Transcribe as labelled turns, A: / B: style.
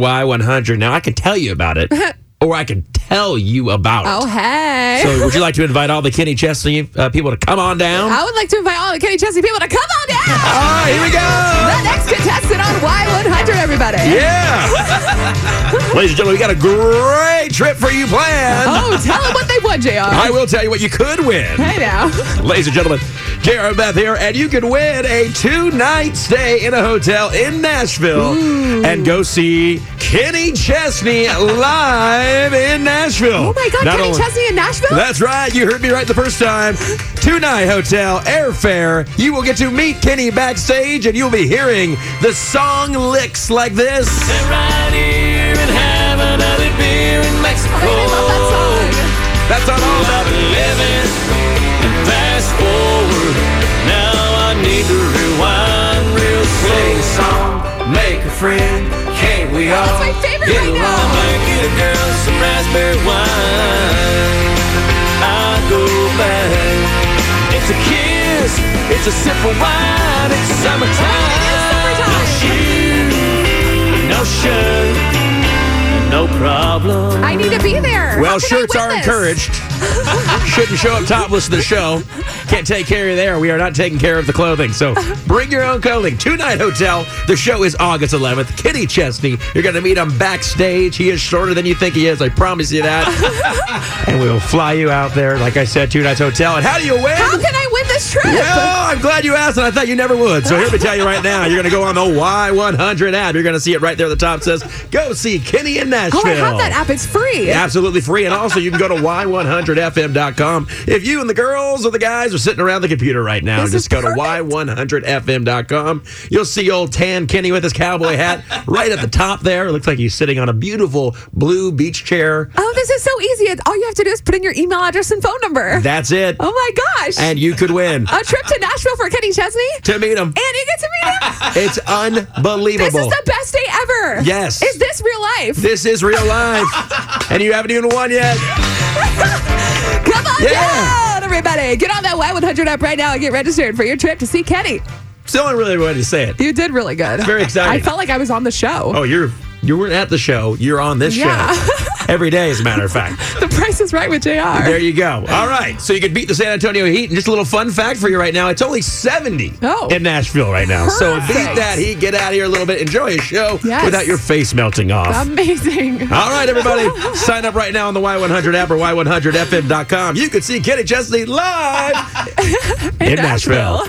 A: Y100. Now, I could tell you about it, or I could tell you about
B: Oh,
A: it.
B: hey.
A: So, would you like to invite all the Kenny Chesney uh, people to come on down?
B: I would like to invite all the Kenny Chesney people to come on down.
A: All right, here we go.
B: The next contestant on Y100, everybody.
A: Yeah. Ladies and gentlemen, we got a great trip for you planned.
B: Oh, tell them what they won, JR.
A: I will tell you what you could win.
B: Hey now.
A: Ladies and gentlemen, JR and Beth here, and you can win a two night stay in a hotel in Nashville and go see Kenny Chesney live in Nashville.
B: Oh my God,
A: Not
B: Kenny
A: only-
B: Chesney in Nashville?
A: That's right. You heard me right the first time. Two night hotel, airfare. You will get to meet Kenny backstage, and you'll be hearing the song licks like this.
B: I really love that song.
A: That's not all about it.
C: Make a friend, can't we all?
B: That's my favorite
C: get
B: right now.
C: along? Might get a girl some raspberry wine. I go back. It's a kiss, it's a sip of wine, it's summertime.
B: It is summertime.
C: No shoes, no shirt, no problem.
B: I need to be there.
A: Well,
B: How can I
A: shirts
B: win
A: are
B: this?
A: encouraged. Shouldn't show up topless to the show. Can't take care of you there. We are not taking care of the clothing. So bring your own clothing. Two night hotel. The show is August 11th. Kenny Chesney. You're going to meet him backstage. He is shorter than you think he is. I promise you that. and we will fly you out there. Like I said, two nights hotel. And how do you win?
B: How can I win this trip?
A: Well, I'm glad you asked, and I thought you never would. So here to tell you right now, you're going to go on the Y100 app. You're going to see it right there at the top. It says, "Go see Kenny in Nashville."
B: Oh, I have that app. It's free.
A: Absolutely free. And also, you can go to y100fm.com. If you and the girls or the guys are sitting around the computer right now,
B: This is
A: just go to
B: perfect.
A: y100fm.com. You'll see old tan Kenny with his cowboy hat right at the top there. It looks like he's sitting on a beautiful blue beach chair.
B: Oh, this is so easy. It's- All you have to do is put in your email address and phone number.
A: That's it.
B: oh my gosh.
A: And you could win.
B: a trip to Nashville for Kenny Chesney? And
A: To meet him.
B: you get to meet him?
A: It's unbelievable.
B: this is the best day ever.
A: Yes.
B: Is this real life?
A: This is real life. and you haven't even won yet.
B: Come on
A: Yeah.
B: down, everybody. Get on that Y100 app right now and get registered for your trip to see Kenny.
A: Still not really ready to say it.
B: You did really good.
A: very exciting.
B: I felt like I was on the show.
A: Oh, you're you weren't at the show. You're on this
B: Yeah.
A: show. Every day, as a matter of fact.
B: The price is right with JR.
A: There you go. All right. So you could beat the San Antonio Heat. And just a little fun fact for you right now it's only 70
B: Oh.
A: in Nashville right now. So beat
B: Perfect.
A: that Heat. Get out of here a little bit. Enjoy your show
B: Yes. Um,
A: without your face melting off.
B: Amazing.
A: All right, everybody. sign up right now on the Y100 app or Y100FM.com. You can see Kenny Chesney live in, Nashville.